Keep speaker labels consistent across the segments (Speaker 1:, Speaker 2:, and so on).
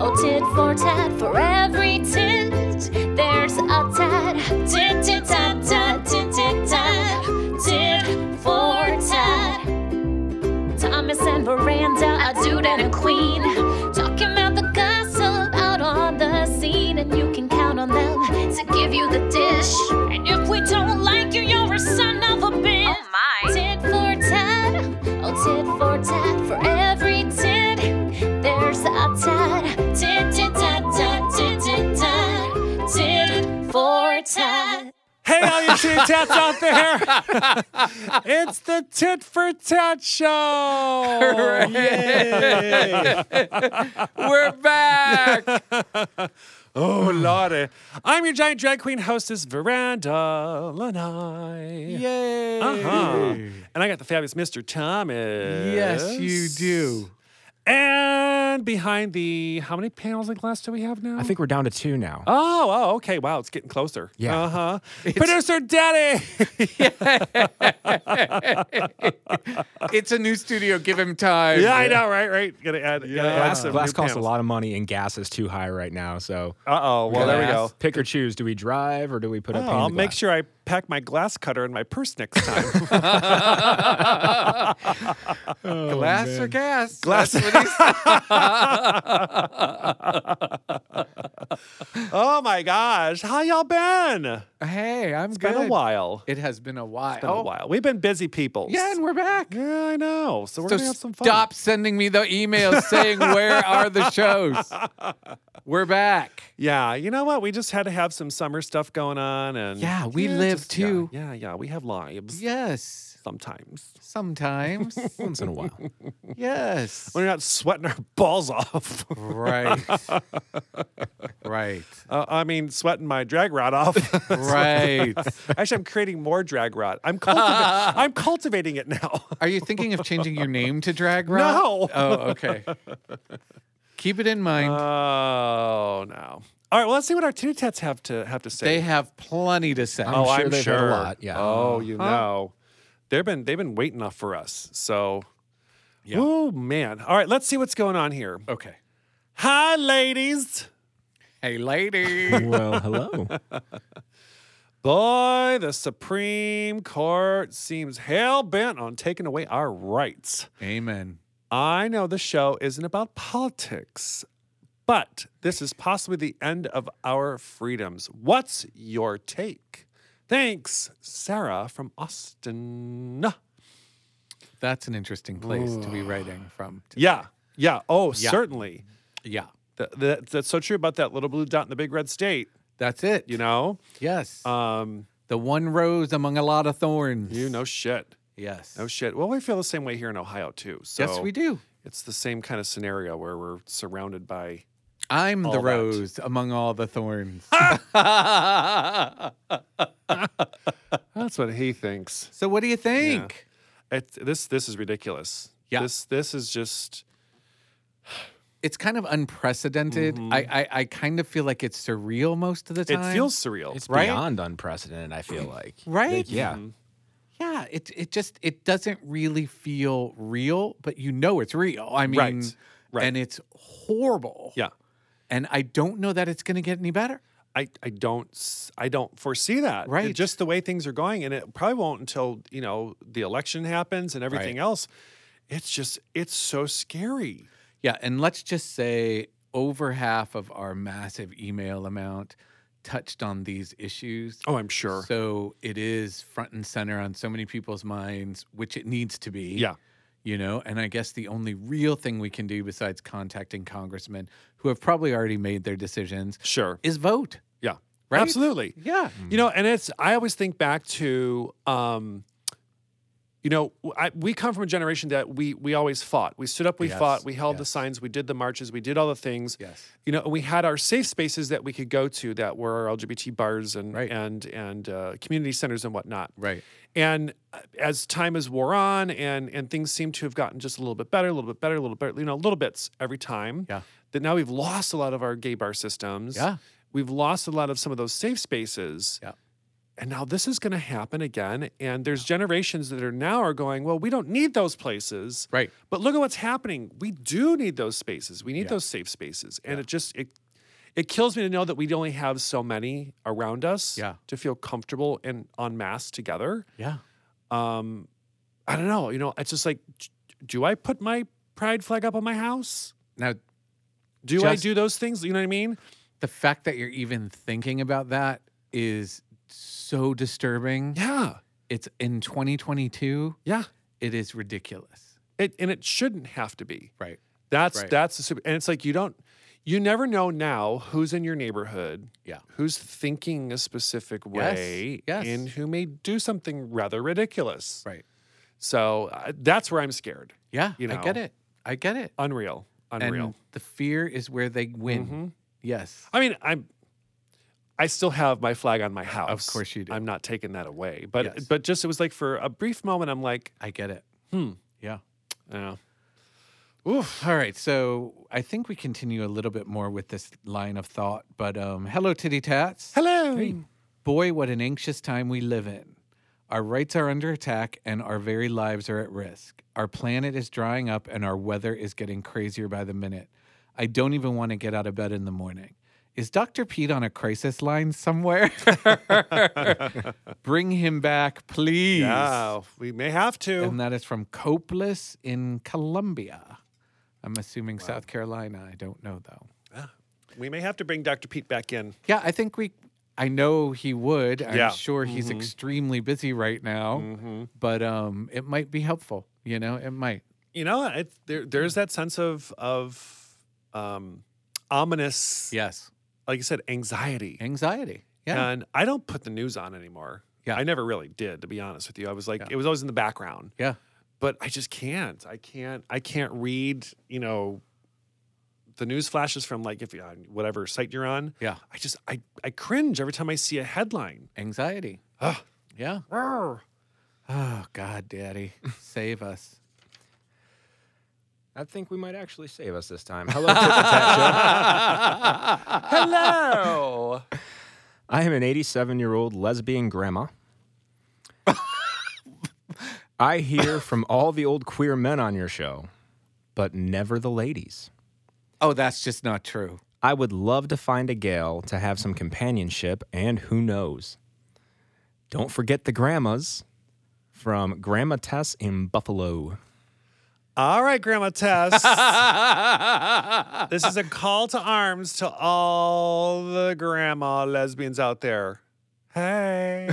Speaker 1: oh, tit for tat for every tit. There's a tat, tit tit tat tat tit tit tat, tit for tat. Thomas and Miranda, a dude and a queen, talking about the gossip out on the scene, and you can count on them to give you the dish. And if we don't like you, you're a son of a bitch.
Speaker 2: Oh my.
Speaker 1: Tit for tat, oh tit for tat, for every tit, there's a tat. Tit, tit, tat, tat, tit, tit, tat, tit for tat.
Speaker 3: Hey, all you tit tats out there! it's the Tit for Tat Show!
Speaker 4: Oh, We're back.
Speaker 3: Oh, Lordy. I'm your giant drag queen hostess, Veranda Lanai.
Speaker 4: Yay.
Speaker 3: Uh-huh. And I got the fabulous Mr. Thomas.
Speaker 4: Yes, you do.
Speaker 3: And behind the, how many panels and glass do we have now?
Speaker 5: I think we're down to two now.
Speaker 3: Oh, oh, okay. Wow, it's getting closer.
Speaker 5: Yeah.
Speaker 3: Uh huh. Producer Daddy.
Speaker 4: It's a new studio. Give him time.
Speaker 3: yeah, I know, right? Right. Gotta add. Gotta add
Speaker 5: Glass,
Speaker 3: some
Speaker 5: glass
Speaker 3: new
Speaker 5: costs a
Speaker 3: panels.
Speaker 5: lot of money, and gas is too high right now. So,
Speaker 3: Uh oh. Well, there we go.
Speaker 4: Glass.
Speaker 5: pick or choose. Do we drive or do we put
Speaker 3: Oh,
Speaker 5: up? pane in
Speaker 3: I'll
Speaker 5: the
Speaker 3: make
Speaker 5: glass?
Speaker 3: sure I pack my glass cutter in my purse next time.
Speaker 4: Glass or gas?
Speaker 3: Oh, Glass.
Speaker 4: That's what he said.
Speaker 3: oh my gosh, how y'all been?
Speaker 4: hey, I'm good.
Speaker 3: Been a while.
Speaker 4: It has been a while.
Speaker 3: Been a while. We've been busy people.
Speaker 4: Yeah, and we're back.
Speaker 3: Yeah, I know. So we're
Speaker 4: so
Speaker 3: gonna have some fun.
Speaker 4: stop sending me the emails saying where are the shows. We're back.
Speaker 3: Yeah, you know what? We just had to have some summer stuff going on, and
Speaker 4: Yeah, we live
Speaker 3: just- yeah,
Speaker 4: too.
Speaker 3: Yeah, yeah, we have lives
Speaker 4: Yes.
Speaker 3: sometimes.
Speaker 4: Sometimes.
Speaker 5: once in a while.
Speaker 4: yes.
Speaker 3: When we're not sweating our balls off.
Speaker 4: Right. right.
Speaker 3: uh, I mean, sweating my drag rod off.
Speaker 4: Right.
Speaker 3: Actually, I'm creating more drag rod. I'm cultivating. I'm cultivating it now.
Speaker 4: Are you thinking of changing your name to Drag Rod?
Speaker 3: No.
Speaker 4: Oh, okay. Keep it in mind.
Speaker 3: Uh, Oh no! All right, well, let's see what our two tats have to have to say.
Speaker 4: they have plenty to say.
Speaker 3: oh,
Speaker 5: sure
Speaker 3: I'm
Speaker 5: they've
Speaker 3: sure.
Speaker 5: had a lot, yeah.
Speaker 3: Oh, you
Speaker 4: Huh?
Speaker 3: know, they've been they've been waiting up for us. So, oh man! All right, let's see what's going on here.
Speaker 4: Okay.
Speaker 3: Hi, ladies.
Speaker 4: Hey, lady.
Speaker 5: well, hello.
Speaker 3: Boy, the Supreme Court seems hell bent on taking away our rights.
Speaker 4: Amen.
Speaker 3: I know the show isn't about politics, but this is possibly the end of our freedoms. What's your take? Thanks, Sarah from Austin.
Speaker 4: That's an interesting place to be writing from.
Speaker 3: Yeah, yeah. Oh,
Speaker 4: Yeah.
Speaker 3: certainly.
Speaker 4: Yeah.
Speaker 3: Th- th- that's so true about that little blue dot in the big red state.
Speaker 4: That's it.
Speaker 3: You know,
Speaker 4: Yes.
Speaker 3: um,
Speaker 4: the one rose among a lot of thorns.
Speaker 3: you know shit.
Speaker 4: Yes.
Speaker 3: No shit. Well, we feel the same way here in Ohio too. So
Speaker 4: yes, we do.
Speaker 3: It's the same kind of scenario where we're surrounded by.
Speaker 4: I'm
Speaker 3: All
Speaker 4: the
Speaker 3: that. Ah!
Speaker 4: rose among all the thorns.
Speaker 3: That's what he thinks.
Speaker 4: so what do you think?
Speaker 3: It's this this is ridiculous.
Speaker 4: Yeah.
Speaker 3: This this is just
Speaker 4: It's kind of unprecedented. I, I I kind of feel like it's surreal most of the time.
Speaker 3: Mm-hmm. it feels surreal.
Speaker 5: It's
Speaker 4: Right?
Speaker 5: beyond unprecedented. I feel like.
Speaker 4: Right?
Speaker 5: Like, yeah.
Speaker 3: Mm-hmm.
Speaker 4: Yeah, it it just it doesn't really feel real, but you know it's real. I mean,
Speaker 3: Right, right.
Speaker 4: and it's horrible.
Speaker 3: yeah.
Speaker 4: and I don't know that it's going to get any better.
Speaker 3: I, I don't s- I don't foresee that. It-
Speaker 4: Right.
Speaker 3: just the way things are going, and it probably won't until you know the election happens and everything else. It's just it's so scary.
Speaker 4: Yeah, and let's just say over half of our massive email amount touched on these issues.
Speaker 3: Oh, I'm sure.
Speaker 4: So it is front and center on so many people's minds, which it needs to be.
Speaker 3: yeah.
Speaker 4: You know, and I guess the only real thing we can do besides contacting congressmen who have probably already made their decisions
Speaker 3: Sure.
Speaker 4: is vote.
Speaker 3: Yeah.
Speaker 4: Right?
Speaker 3: Absolutely.
Speaker 4: Yeah.
Speaker 3: You know, and it's I always think back to um you know, w- I, we come from a generation that we we always fought. We stood up, we fought,
Speaker 4: Yes,
Speaker 3: we held the
Speaker 4: yes.
Speaker 3: signs, we did the marches, we did all the things.
Speaker 4: Yes.
Speaker 3: You know, and we had our safe spaces that we could go to that were our LGBT bars and
Speaker 4: Right.
Speaker 3: and and uh, community centers and whatnot.
Speaker 4: Right.
Speaker 3: And uh, as time has wore on, and and things seem to have gotten just a little bit better, a little bit better, a little bit, you know, little bits every time.
Speaker 4: Yeah.
Speaker 3: That now we've lost a lot of our gay bar systems
Speaker 4: Yeah.
Speaker 3: we've lost a lot of some of those safe spaces.
Speaker 4: Yeah.
Speaker 3: And now this is going to happen again. And there's generations that are now are going, well, we don't need those places.
Speaker 4: Right.
Speaker 3: But look at what's happening. We do need those spaces. We need
Speaker 4: Yeah.
Speaker 3: those safe spaces. And it just it it kills me to know that we only have so many around us
Speaker 4: Yeah.
Speaker 3: to feel comfortable and en masse together.
Speaker 4: Yeah.
Speaker 3: Um, I don't know. You know, it's just like, d- do I put my pride flag up on my house?
Speaker 4: Now,
Speaker 3: Do I
Speaker 4: Just-
Speaker 3: do those things? You know what I mean?
Speaker 4: the fact that you're even thinking about that is so disturbing.
Speaker 3: Yeah.
Speaker 4: It's in 2022.
Speaker 3: Yeah.
Speaker 4: It is ridiculous.
Speaker 3: It and it shouldn't have to be.
Speaker 4: Right.
Speaker 3: That's
Speaker 4: Right.
Speaker 3: that's the super, and it's like you don't, you never know now who's in your neighborhood,
Speaker 4: Yeah.
Speaker 3: who's thinking a specific way,
Speaker 4: yes.
Speaker 3: and who may do something rather ridiculous.
Speaker 4: Right.
Speaker 3: So uh, that's where I'm scared.
Speaker 4: Yeah.
Speaker 3: You
Speaker 4: I get
Speaker 3: know.
Speaker 4: it. I get it.
Speaker 3: Unreal, unreal.
Speaker 4: And the fear is where they win.
Speaker 3: Mhm.
Speaker 4: Yes.
Speaker 3: I mean, I'm. I still have my flag on my house.
Speaker 4: course you do.
Speaker 3: I'm not taking that away. But
Speaker 4: Yes.
Speaker 3: but just it was like for a brief moment, I'm like, uh,
Speaker 4: I get it.
Speaker 3: hmm,
Speaker 4: Yeah.
Speaker 3: yeah,
Speaker 4: Oof. All right. So I think we continue a little bit more with this line of thought. But um, hello, titty tats.
Speaker 3: hello.
Speaker 4: Boy, what an anxious time we live in. Our rights are under attack and our very lives are at risk. Our planet is drying up and our weather is getting crazier by the minute. I don't even want to get out of bed in the morning. Is Dr. Pete on a crisis line somewhere? Bring him back, please.
Speaker 3: Yeah, we may have to.
Speaker 4: And that is from Copeless in Colombia. I'm assuming South Carolina. I don't know though.
Speaker 3: we may have to bring Dr. Pete back in.
Speaker 4: Yeah, I think we. I know he would. I'm
Speaker 3: Yeah. Mm-hmm.
Speaker 4: sure he's extremely busy right now, but um, it might be helpful. You know, it might.
Speaker 3: You know, it, there, there's that sense of of um, ominous,
Speaker 4: Yes,
Speaker 3: like you said, anxiety.
Speaker 4: anxiety. Yeah,
Speaker 3: And I don't put the news on anymore.
Speaker 4: Yeah.
Speaker 3: I never really did, to be honest with you. I was like,
Speaker 4: Yeah.
Speaker 3: it was always in the background.
Speaker 4: yeah,
Speaker 3: but I just can't. I can't. I can't read. You know, the news flashes from like if you on whatever site you're on.
Speaker 4: yeah.
Speaker 3: I just I I cringe every time I see a headline.
Speaker 4: Anxiety.
Speaker 3: Ugh.
Speaker 4: Yeah.
Speaker 3: Arr.
Speaker 4: Ah. Oh God, Daddy, save us.
Speaker 5: I think we might actually save us this time. Hello, Tip the Tat Show.
Speaker 4: Hello.
Speaker 5: I am an 87 year old lesbian grandma. I hear from all the old queer men on your show, but never the ladies.
Speaker 4: oh, that's just not true.
Speaker 5: I would love to find a gal to have some companionship, and who knows? Don't forget the grandmas from Grandma Tess in Buffalo.
Speaker 3: All right, Grandma Tess. this is a call to arms to all the grandma lesbians out there. Hey.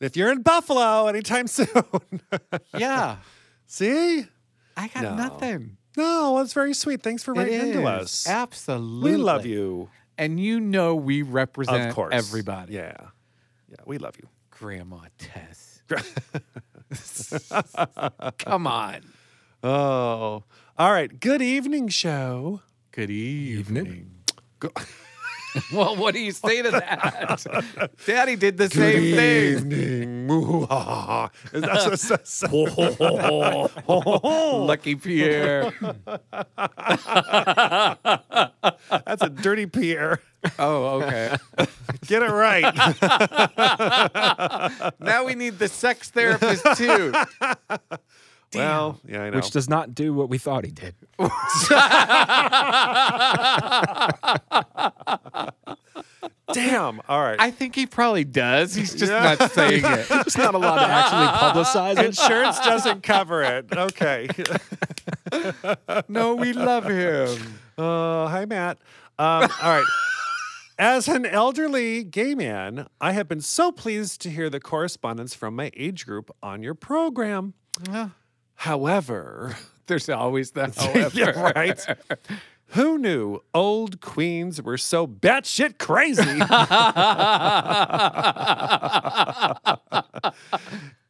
Speaker 3: if you're in Buffalo anytime soon,
Speaker 4: Yeah,
Speaker 3: see?
Speaker 4: I got
Speaker 3: No.
Speaker 4: nothing.
Speaker 3: No, that's very sweet. Thanks for
Speaker 4: It
Speaker 3: writing into
Speaker 4: is.
Speaker 3: us.
Speaker 4: Absolutely.
Speaker 3: We love you.
Speaker 4: And you know we represent
Speaker 3: of course.
Speaker 4: everybody.
Speaker 3: Yeah. Yeah, we love you.
Speaker 4: Grandma Tess. Come on.
Speaker 3: Oh. All right. Good evening, show.
Speaker 4: Good evening. well, what do you say to that? Daddy did the same thing.
Speaker 3: evening. Moo-ha-ha-ha. Is that what it says? Ho-ho-ho-ho.
Speaker 4: Lucky Pierre.
Speaker 3: That's a dirty Pierre.
Speaker 4: oh, okay.
Speaker 3: Get it right.
Speaker 4: Now we need the sex therapist too.
Speaker 3: well, yeah, I know.
Speaker 5: Which does not do what we thought he did.
Speaker 3: Damn. All right.
Speaker 4: I think he probably does. He's just not saying it.
Speaker 5: It's not allowed to actually publicize it.
Speaker 3: Insurance doesn't cover it. Okay.
Speaker 4: No, we love him.
Speaker 3: Uh, hi, Matt. Um, all right. As an elderly gay man, I have been so pleased to hear the correspondence from my age group on your program. However,
Speaker 4: There's always that.
Speaker 3: yeah,
Speaker 4: However.
Speaker 3: right. Who knew old queens were so batshit crazy?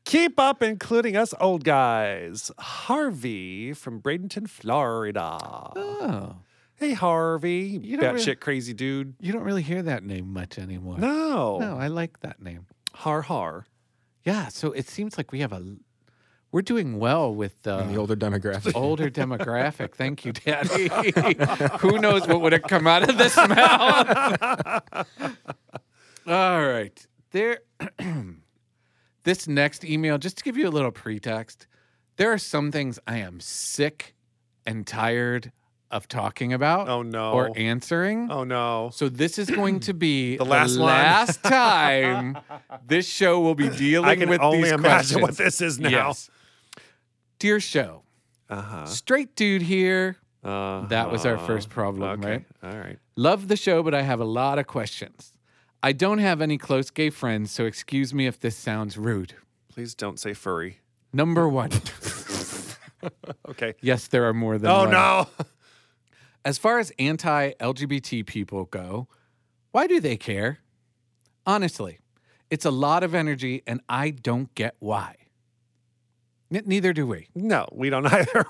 Speaker 3: Keep up, including us old guys. Harvey from Bradenton, Florida.
Speaker 4: Oh,
Speaker 3: Hey, Harvey, you
Speaker 4: You don't
Speaker 3: batshit
Speaker 4: really-
Speaker 3: crazy dude.
Speaker 4: you don't really hear that name much anymore.
Speaker 3: No.
Speaker 4: no I like that name.
Speaker 3: Har har.
Speaker 4: Yeah, so it seems like we have a l- We're doing well with uh,
Speaker 5: the
Speaker 4: the
Speaker 5: older demographic.
Speaker 3: Oh
Speaker 4: older demographic. Thank you, Daddy. Who knows what would have come out of this mouth? All right. There this next email, just to give you a little pretext, there are some things I am sick and tired of talking about
Speaker 3: Oh, no.
Speaker 4: or answering.
Speaker 3: Oh no.
Speaker 4: So this is going to be the
Speaker 3: last one.
Speaker 4: last time this show will be dealing
Speaker 3: I can
Speaker 4: with
Speaker 3: only
Speaker 4: these
Speaker 3: imagine
Speaker 4: questions.
Speaker 3: what this is now.
Speaker 4: Yes. Dear show,
Speaker 3: Uh-huh.
Speaker 4: straight dude here.
Speaker 3: Uh-huh.
Speaker 4: That was our first problem,
Speaker 3: Okay.
Speaker 4: right?
Speaker 3: All right.
Speaker 4: Love the show, but I have a lot of questions. I don't have any close gay friends, so excuse me if this sounds rude.
Speaker 3: Please don't say furry.
Speaker 4: Number one.
Speaker 3: Okay.
Speaker 4: yes, there are more than
Speaker 3: Oh
Speaker 4: one.
Speaker 3: no.
Speaker 4: As far as anti LGBT people go, why do they care? Honestly, it's a lot of energy, and I don't get why. N- neither do we.
Speaker 3: No, we don't either.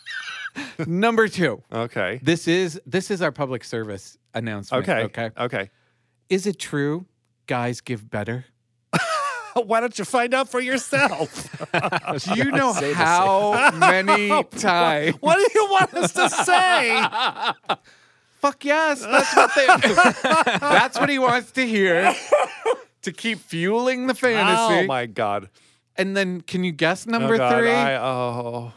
Speaker 4: Number two,
Speaker 3: okay.
Speaker 4: this is this is our public service announcement.
Speaker 3: Okay.
Speaker 4: Okay.
Speaker 3: Okay.
Speaker 4: Is it true guys give better?
Speaker 3: Why don't you find out for yourself?
Speaker 4: Do you know how many times?
Speaker 3: what do you want us to say?
Speaker 4: Fuck yes, that's what they. that's what he wants to hear to keep fueling the fantasy.
Speaker 3: Oh my god.
Speaker 4: And then, can you guess
Speaker 3: Oh,
Speaker 4: number
Speaker 3: God,
Speaker 4: three?
Speaker 3: I, oh,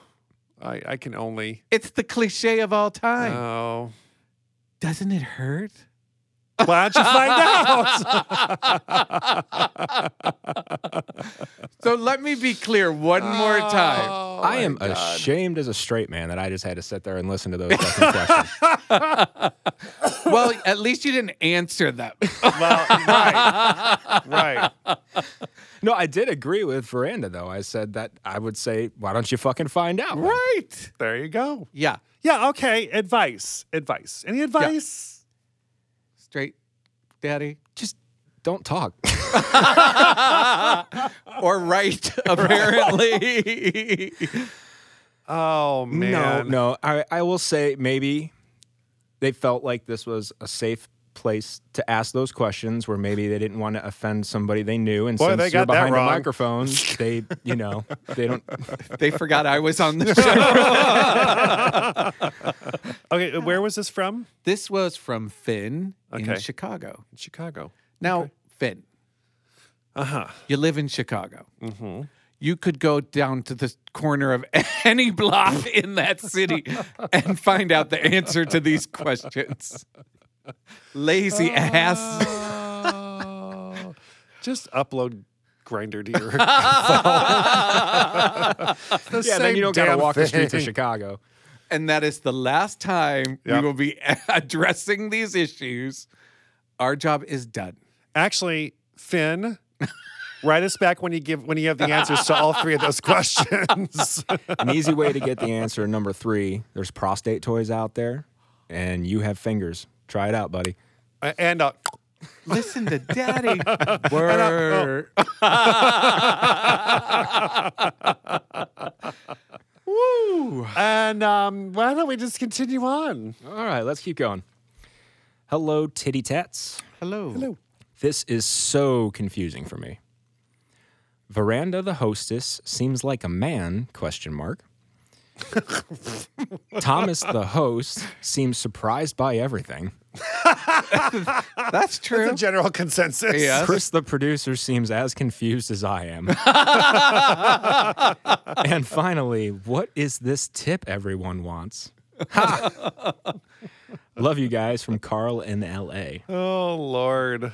Speaker 3: I I can only.
Speaker 4: It's the cliche of all time.
Speaker 3: Oh.
Speaker 4: Doesn't it hurt?
Speaker 3: Why don't you find out?
Speaker 4: So let me be clear one more time.
Speaker 3: Oh,
Speaker 5: I
Speaker 3: my
Speaker 5: am
Speaker 3: God.
Speaker 5: ashamed as a straight man that I just had to sit there and listen to those fucking questions.
Speaker 4: Well, at least you didn't answer them.
Speaker 3: Well, right. Right.
Speaker 5: No, I did agree with Veranda though. I said that I would say, why don't you fucking find out?
Speaker 4: right.
Speaker 3: There you go.
Speaker 4: Yeah.
Speaker 3: Yeah, okay. Advice. Advice. Any advice?
Speaker 4: Straight daddy.
Speaker 5: Just don't talk.
Speaker 4: Or right, apparently.
Speaker 3: Oh
Speaker 5: no,
Speaker 3: man.
Speaker 5: no. I, I will say maybe they felt like this was a safe place to ask those questions where maybe they didn't want to offend somebody they knew and
Speaker 3: Boy,
Speaker 5: since
Speaker 3: they
Speaker 5: you're
Speaker 3: got that
Speaker 5: behind a
Speaker 3: wrong.
Speaker 5: microphone they you know they don't
Speaker 4: they forgot I was on the show.
Speaker 3: Okay, where was this from?
Speaker 4: this was from Finn in
Speaker 3: Okay.
Speaker 4: Chicago.
Speaker 3: Chicago.
Speaker 4: Now, Finn,
Speaker 3: Uh-huh. Mm-hmm.
Speaker 4: you live in Chicago. You could go down to the corner of any block in that city and find out the answer to these questions. Lazy ass.
Speaker 3: Oh. Just upload grinder to your The
Speaker 5: yeah then
Speaker 3: same
Speaker 5: you don't gotta
Speaker 3: damn
Speaker 5: walk the streets of
Speaker 3: thing.
Speaker 5: chicago
Speaker 4: And that is the last time we
Speaker 3: Yep.
Speaker 4: will be addressing these issues. Our job is done.
Speaker 3: Actually, Finn, write us back when you give when you have the answers to all three of those questions.
Speaker 5: an easy way to get the answer number three there's prostate toys out there and you have fingers try it out buddy
Speaker 3: and uh,
Speaker 4: Listen to daddy. oh. Word. Woo.
Speaker 3: and um, why don't we just continue on?
Speaker 5: all right let's keep going hello titty tats
Speaker 4: Hello. Hello.
Speaker 5: This is so confusing for me. Veranda the hostess seems like a man, question mark. Thomas the host seems surprised by everything.
Speaker 4: That's true.
Speaker 3: The general consensus.
Speaker 4: Yeah.
Speaker 5: Chris the producer seems as confused as I am. and finally, what is this tip everyone wants? Ha! Love you guys from Carl in LA.
Speaker 3: Oh Lord.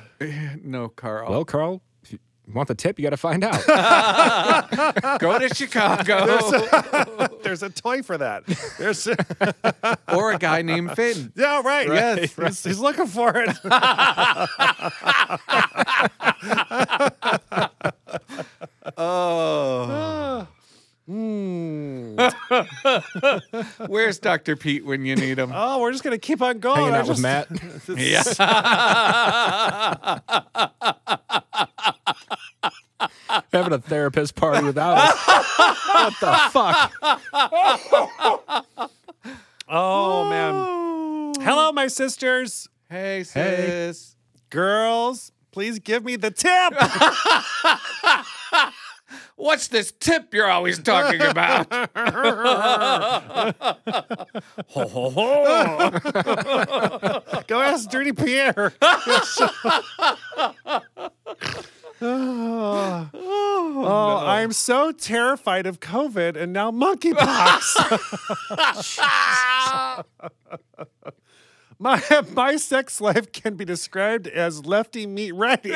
Speaker 4: no, Carl.
Speaker 5: Well, Carl, if you want the tip, you got to find out.
Speaker 4: Go to Chicago.
Speaker 3: There's a toy for that. There's
Speaker 4: or a guy named Finn.
Speaker 3: Yeah,
Speaker 4: Right,
Speaker 3: right. Yes. He's, he's looking for it.
Speaker 4: Oh.
Speaker 5: Hmm.
Speaker 4: Where's Dr. Pete when you need him?
Speaker 3: Oh, we're just gonna keep on going.
Speaker 5: Hanging
Speaker 3: I
Speaker 5: out with
Speaker 3: just-
Speaker 5: Matt.
Speaker 4: yeah.
Speaker 5: having a therapist party without us. what the fuck?
Speaker 3: Oh man. Hello, my sisters.
Speaker 4: Hey, sis.
Speaker 3: Girls, please give me the tip.
Speaker 4: What's this tip you're always talking about? Ho, ho, ho.
Speaker 3: Go ask Dirty Pierre. oh, I'm so terrified of COVID and now monkeypox. my my sex life can be described as lefty meat ready.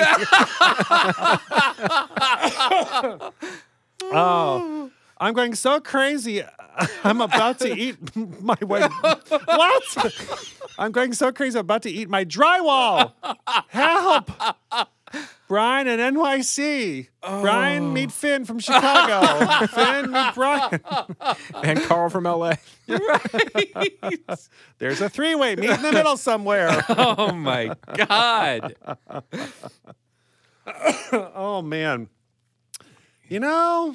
Speaker 3: oh, I'm going so crazy. I'm about to eat my way. What? I'm going so crazy. I'm about to eat my drywall. Help! Brian and NYC. Brian meet Finn from Chicago. Finn meet Brian.
Speaker 5: and Carl from LA.
Speaker 4: Right.
Speaker 3: There's a three-way. Meet in the middle somewhere.
Speaker 4: Oh my God.
Speaker 3: oh man. You know,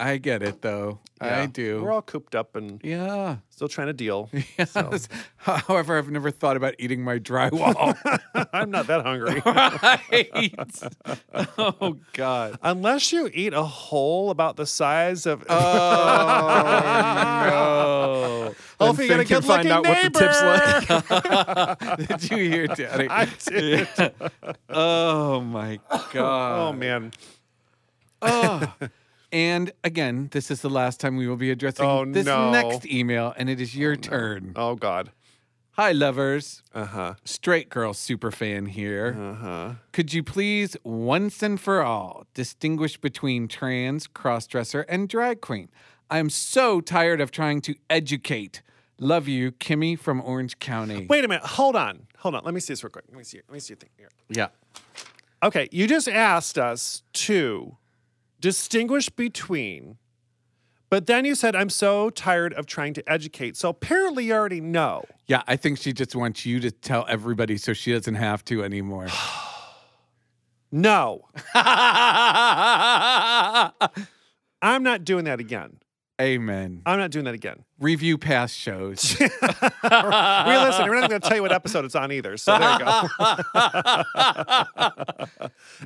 Speaker 4: I get it though. I
Speaker 3: yeah,
Speaker 4: do.
Speaker 3: We're all cooped up and
Speaker 4: yeah.
Speaker 3: still trying to deal.
Speaker 4: Yes. However, I've never thought about eating my drywall.
Speaker 3: Oh. I'm not that hungry.
Speaker 4: right. Oh God.
Speaker 3: Unless you eat a hole about the size of.
Speaker 4: Oh
Speaker 5: Then
Speaker 3: Hopefully, you got a
Speaker 5: Finn can
Speaker 3: good looking
Speaker 5: find out what the
Speaker 3: neighbor.
Speaker 5: tips
Speaker 4: no. Did you hear, Daddy?
Speaker 3: I did.
Speaker 4: Oh my
Speaker 3: Oh
Speaker 4: God.
Speaker 3: man.
Speaker 4: Oh. And again, this is the last time we will be addressing
Speaker 3: Oh,
Speaker 4: this
Speaker 3: no.
Speaker 4: next email, and it is your turn.
Speaker 3: Oh god.
Speaker 4: Hi, lovers.
Speaker 3: Uh huh.
Speaker 4: Straight girl super fan here.
Speaker 3: Uh huh.
Speaker 4: Could you please, once and for all, distinguish between trans, crossdresser, and drag queen? I'm so tired of trying to educate. Love you, Kimmy from Orange County.
Speaker 3: Wait a minute. Hold on. Hold on. Let me see this real quick. Let me see. Let me see your thing here.
Speaker 4: Yeah.
Speaker 3: Okay, you just asked us to distinguish between, but then you said, I'm so tired of trying to educate. So apparently you already know.
Speaker 4: Yeah, I think she just wants you to tell everybody so she doesn't have to anymore.
Speaker 3: No,
Speaker 4: Amen.
Speaker 3: I'm not doing that again. I'm not doing that again.
Speaker 4: Review past shows.
Speaker 3: We're listening. We're not going to tell you what episode it's on either. So there you go. and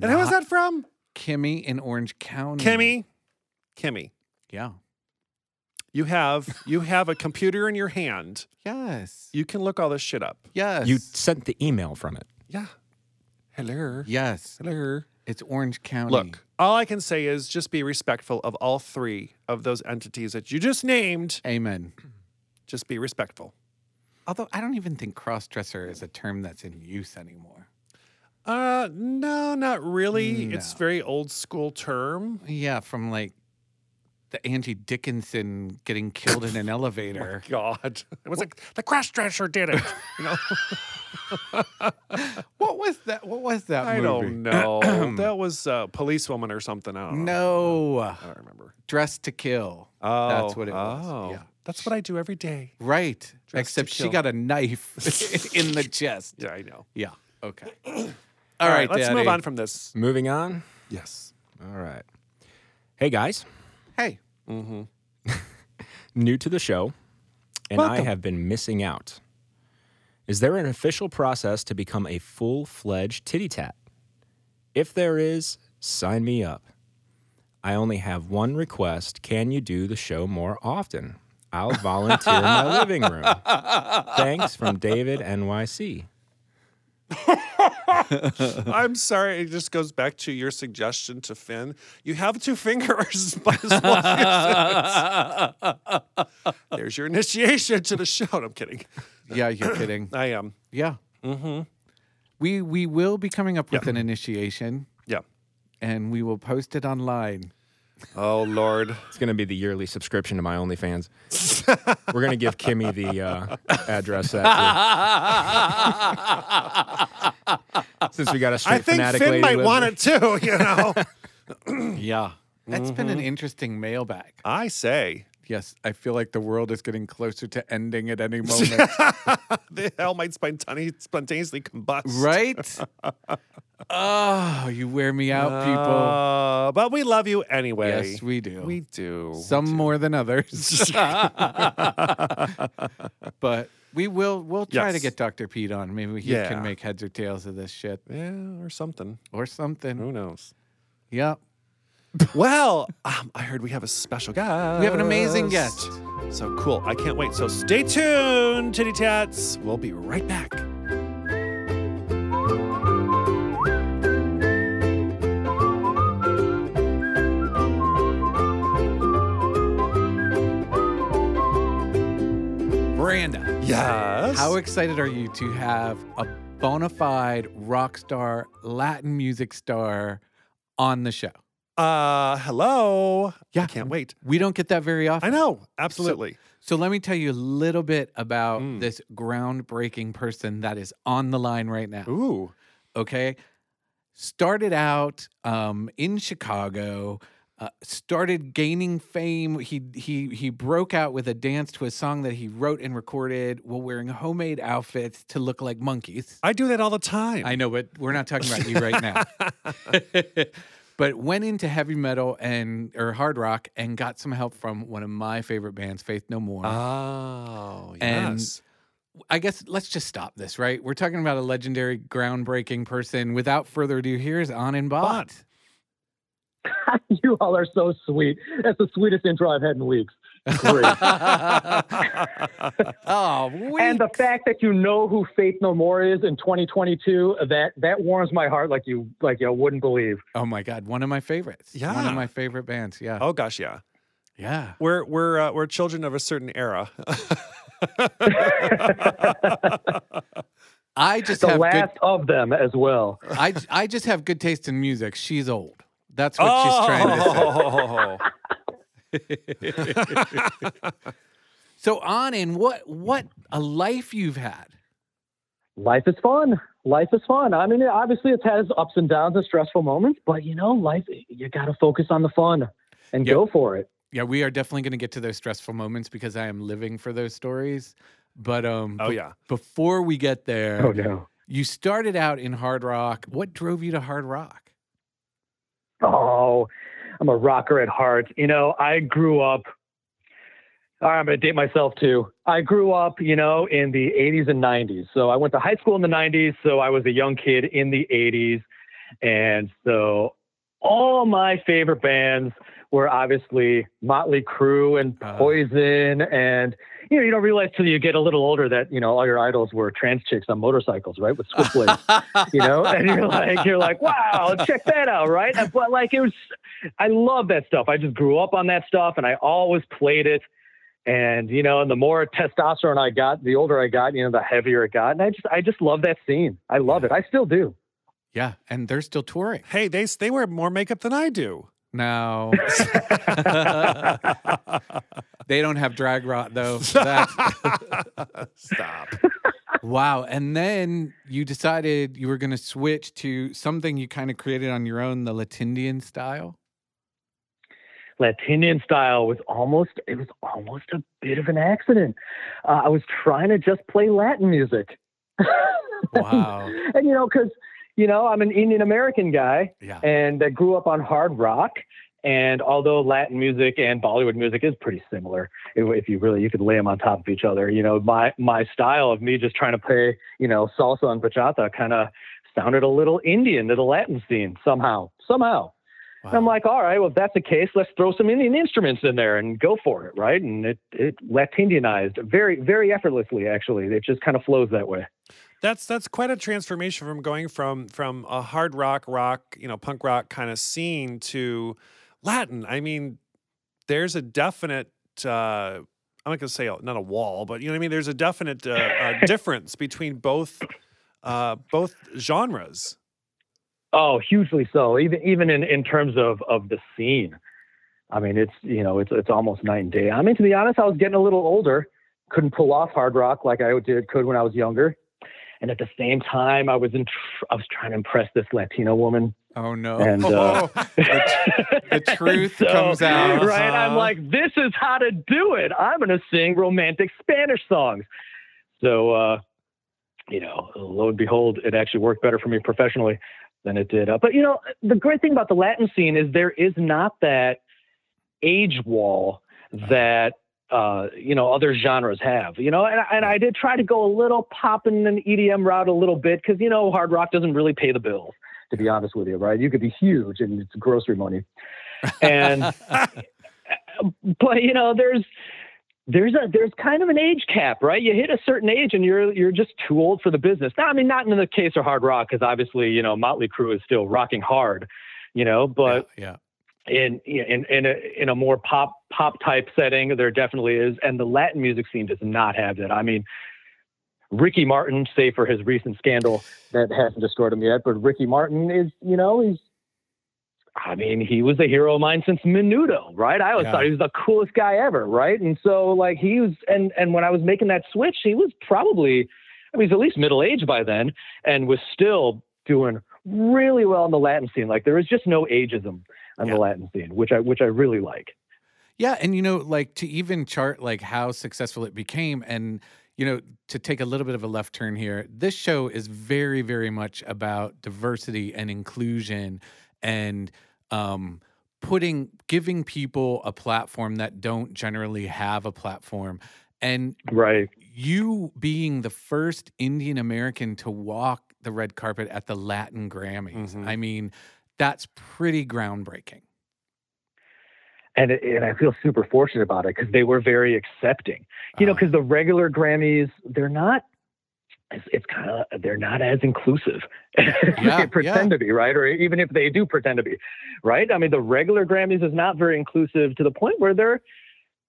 Speaker 3: who is that from?
Speaker 4: Kimmy in Orange County.
Speaker 3: Kimmy. Kimmy.
Speaker 4: Yeah.
Speaker 3: You have you have a computer in your hand.
Speaker 4: Yes.
Speaker 3: You can look all this shit up.
Speaker 4: Yes.
Speaker 5: You sent the email from it.
Speaker 3: Yeah. Hello.
Speaker 4: yes.
Speaker 3: Hello.
Speaker 4: It's Orange County.
Speaker 3: Look, all I can say is just be respectful of all three of those entities that you just named.
Speaker 4: Amen.
Speaker 3: Just be respectful.
Speaker 4: Although I don't even think crossdresser is a term that's in use anymore.
Speaker 3: Uh, no, not really. It's
Speaker 4: No.
Speaker 3: very old school term.
Speaker 4: Yeah, from like the Angie Dickinson getting killed in an elevator.
Speaker 3: God, it was like the crash dresser did it. You know,
Speaker 4: What was that? What was that
Speaker 3: I
Speaker 4: movie?
Speaker 3: don't know. that was a policewoman or something. I don't know.
Speaker 4: No,
Speaker 3: I don't remember.
Speaker 4: Dress to Kill.
Speaker 3: Oh,
Speaker 4: That's what it was.
Speaker 3: Oh,
Speaker 4: Yeah.
Speaker 3: that's what I do every day.
Speaker 4: Right.
Speaker 3: to
Speaker 4: Except she
Speaker 3: Kill.
Speaker 4: got a knife in the chest.
Speaker 3: Yeah, I know.
Speaker 4: Yeah. Okay. All
Speaker 3: All
Speaker 4: right,
Speaker 3: let's move
Speaker 4: Daddy.
Speaker 3: on from this.
Speaker 5: Moving on.
Speaker 3: Yes.
Speaker 5: All right. Hey guys,
Speaker 4: Hey.
Speaker 5: new to the show, and I
Speaker 3: Welcome.
Speaker 5: have been missing out. Is there an official process to become a full fledged titty tat? If there is, sign me up. I only have one request. Can you do the show more often? I'll volunteer in my living room. Thanks from David NYC.
Speaker 3: I'm sorry. It just goes back to your suggestion to Finn. You have two fingers. Might as well use it. There's your initiation to the show. No, I'm kidding.
Speaker 4: Yeah, you're kidding.
Speaker 3: I um, am.
Speaker 4: Yeah. Mm-hmm. We we will be coming up with an initiation,
Speaker 3: Yeah.
Speaker 4: and we will post it online.
Speaker 3: Oh Lord.
Speaker 5: It's going to be the yearly subscription to my OnlyFans. We're going to give Kimmy the uh, address that too. Since we got a straight
Speaker 3: I think
Speaker 5: fanatic
Speaker 3: Finn
Speaker 5: lady
Speaker 3: might
Speaker 5: with
Speaker 3: want
Speaker 5: me.
Speaker 3: it too. You know.
Speaker 4: Yeah. that's been an interesting mailbag.
Speaker 3: I say.
Speaker 4: Mm-hmm. Yes, I feel like the world is getting closer to ending at any moment.
Speaker 3: The hell might spontane- spontaneously combust.
Speaker 4: right? Oh, you wear me out, people.
Speaker 3: Uh, but we love you anyway.
Speaker 4: yes, we do.
Speaker 3: We do.
Speaker 4: Some more than others. but we will we'll try to
Speaker 3: Yes.
Speaker 4: get Dr. Pete on. Maybe he
Speaker 3: Yeah.
Speaker 4: can make heads or tails of this shit
Speaker 3: yeah, or something.
Speaker 4: or something.
Speaker 3: Who knows?
Speaker 4: Yep.
Speaker 3: well, um, I heard we have a special guest.
Speaker 4: We have an amazing guest.
Speaker 3: So cool. I can't wait. So stay tuned, Titty Tats. We'll be right back.
Speaker 4: Miranda,
Speaker 3: Yes.
Speaker 4: how excited are you to have a bona fide rock star, Latin music star on the show?
Speaker 3: uh, hello.
Speaker 4: Yeah.
Speaker 3: I can't wait.
Speaker 4: We don't get that very often.
Speaker 3: I know. Absolutely.
Speaker 4: So let me tell you a little bit about
Speaker 3: Mm.
Speaker 4: this groundbreaking person that is on the line right now.
Speaker 3: Ooh.
Speaker 4: Okay. Started out um, in Chicago, uh, started gaining fame. He he he broke out with a dance to a song that he wrote and recorded while wearing homemade outfits to look like monkeys.
Speaker 3: I do that all the time.
Speaker 4: I know, but we're not talking about you right now. but went into heavy metal and or hard rock and got some help from one of my favorite bands, Faith No More.
Speaker 3: Uh-huh. Oh,
Speaker 4: And-
Speaker 3: yes.
Speaker 4: I guess let's just stop this, right? We're talking about a legendary, groundbreaking person. Without further ado, here's on and bot.
Speaker 3: Bot.
Speaker 2: you all are so sweet. That's the sweetest intro I've had in weeks. Great.
Speaker 4: oh, we
Speaker 2: and the fact that you know who Faith No More is in 2022, that that warms my heart like you like you wouldn't believe.
Speaker 4: oh my god, one of my favorites. one
Speaker 3: Yeah.
Speaker 4: of my favorite bands. Yeah,
Speaker 3: oh gosh, yeah.
Speaker 4: yeah.
Speaker 3: We're we're uh, we're children of a certain era.
Speaker 4: I just
Speaker 2: The
Speaker 4: have
Speaker 2: last of them as well.
Speaker 4: good. I I just have good taste in music. She's old. That's what she's trying to say.
Speaker 3: oh.
Speaker 4: So on and what what a life you've had.
Speaker 2: life is fun. Life is fun. I mean, obviously, it has ups and downs and stressful moments, but you know, life, you got to focus on the fun and
Speaker 4: Yep.
Speaker 2: go for it.
Speaker 4: Yeah, we are definitely going to get to those stressful moments because I am living for those stories. But um,
Speaker 3: Oh,
Speaker 4: be-
Speaker 3: yeah. Oh,
Speaker 4: Before we get there,
Speaker 2: no.
Speaker 4: you started out in hard rock. What drove you to hard rock?
Speaker 2: Oh, I'm a rocker at heart. You know, I grew up. All right, I'm going to date myself too. I grew up, you know, in the 80s and 90s. So I went to high school in the 90s. So I was a young kid in the 80s. And so all my favorite bands were obviously Motley Crue and
Speaker 4: Ah.
Speaker 2: Poison. And, you know, you don't realize till you get a little older that, you know, all your idols were trans chicks on motorcycles, right? With switch blades you know and you're like you're like wow check that out right but like it was i love that stuff i just grew up on that stuff and i always played it and you know and the more testosterone i got the older i got you know the heavier it got and i just i just love that scene i love it i still do
Speaker 4: yeah, and they're still touring
Speaker 3: Hey, they s- they wear more makeup than I do.
Speaker 4: now. they don't have drag rot though.
Speaker 3: Oh,
Speaker 4: That's,
Speaker 3: Stop.
Speaker 4: wow. And then you decided you were going to switch to something you kind of created on your own, the Latindian style.
Speaker 2: Latinian style was almost it was almost a bit of an accident. Uh, I was trying to just play Latin music.
Speaker 4: Wow.
Speaker 2: and you know, because you know, I'm an Indian American guy,
Speaker 4: Yeah.
Speaker 2: and that grew up on hard rock. And although Latin music and Bollywood music is pretty similar, if- if you really you could lay them on top of each other, you know, my my style of me just trying to play, you know, salsa and bachata kind of sounded a little Indian to the Latin scene somehow, somehow. And I'm
Speaker 4: Wow.
Speaker 2: like, all right, well, if that's the case, let's throw some Indian instruments in there and go for it, right? And it, it Latindianized very, very effortlessly, actually. It just kind of flows that way.
Speaker 3: That's that's quite a transformation from going from from a hard rock rock, you know, punk rock kind of scene to Latin. I mean, there's a definite uh I'm not going to say a- not a wall, but you know what I mean, there's a definite uh, uh, difference between both uh both genres.
Speaker 2: Oh, hugely so. Even even in, in terms of, of the scene. I mean, it's you know, it's it's almost night and day. I mean, to be honest, I was getting a little older, couldn't pull off hard rock like I did could when I was younger. And at the same time, I was in tr- I was trying to impress this Latino woman.
Speaker 4: Oh no.
Speaker 2: And, uh,
Speaker 4: the truth comes out.
Speaker 2: Right? I'm
Speaker 3: Uh-huh.
Speaker 2: like, this is how to do it. I'm going to sing romantic Spanish songs. So, uh, you know, lo and behold, it actually worked better for me professionally than it did. Uh, but, you know, the great thing about the Latin scene is there is not that age wall that. Uh, you know, other genres have, you know, and, I- and I did try to go a little poppin' an EDM route a little bit because, you know, hard rock doesn't really pay the bills, to be honest with you, right? You could be huge and it's grocery money. and but you know there's there's a there's kind of an age cap right you hit a certain age and you're you're just too old for the business now i mean not in the case of hard rock because obviously you know motley crue is still rocking hard you know but
Speaker 4: yeah,
Speaker 2: in in in a, in a more pop pop type setting there definitely is and the latin music scene does not have that i mean ricky martin save for his recent scandal that hasn't destroyed him yet but ricky martin is you know he's i mean he was a hero of mine since menudo right i always
Speaker 4: Yeah.
Speaker 2: thought he was the coolest guy ever right and so like he was and and when i was making that switch he was probably i mean he's at least middle aged by then and was still doing really well in the latin scene like there was just no ageism on
Speaker 4: Yeah.
Speaker 2: the Latin scene, which I which I really like.
Speaker 4: yeah, and you know, like to even chart like how successful it became, and you know, to take a little bit of a left turn here, this show is very, very much about diversity and inclusion, and um, putting giving people a platform that don't generally have a platform, and
Speaker 2: Right.
Speaker 4: you being the first Indian American to walk the red carpet at the Latin Grammys.
Speaker 2: Mm-hmm.
Speaker 3: Mhm.
Speaker 4: I mean, that's pretty groundbreaking.
Speaker 2: And it, and I feel super fortunate about it because they were very accepting. You know,
Speaker 4: Uh,
Speaker 2: because the regular Grammys, they're not. It's, it's kind of they're not as inclusive as
Speaker 4: Yeah,
Speaker 2: they pretend to be, right? Or even if they do pretend to be, right? I mean, the regular Grammys is not very inclusive to the point where they're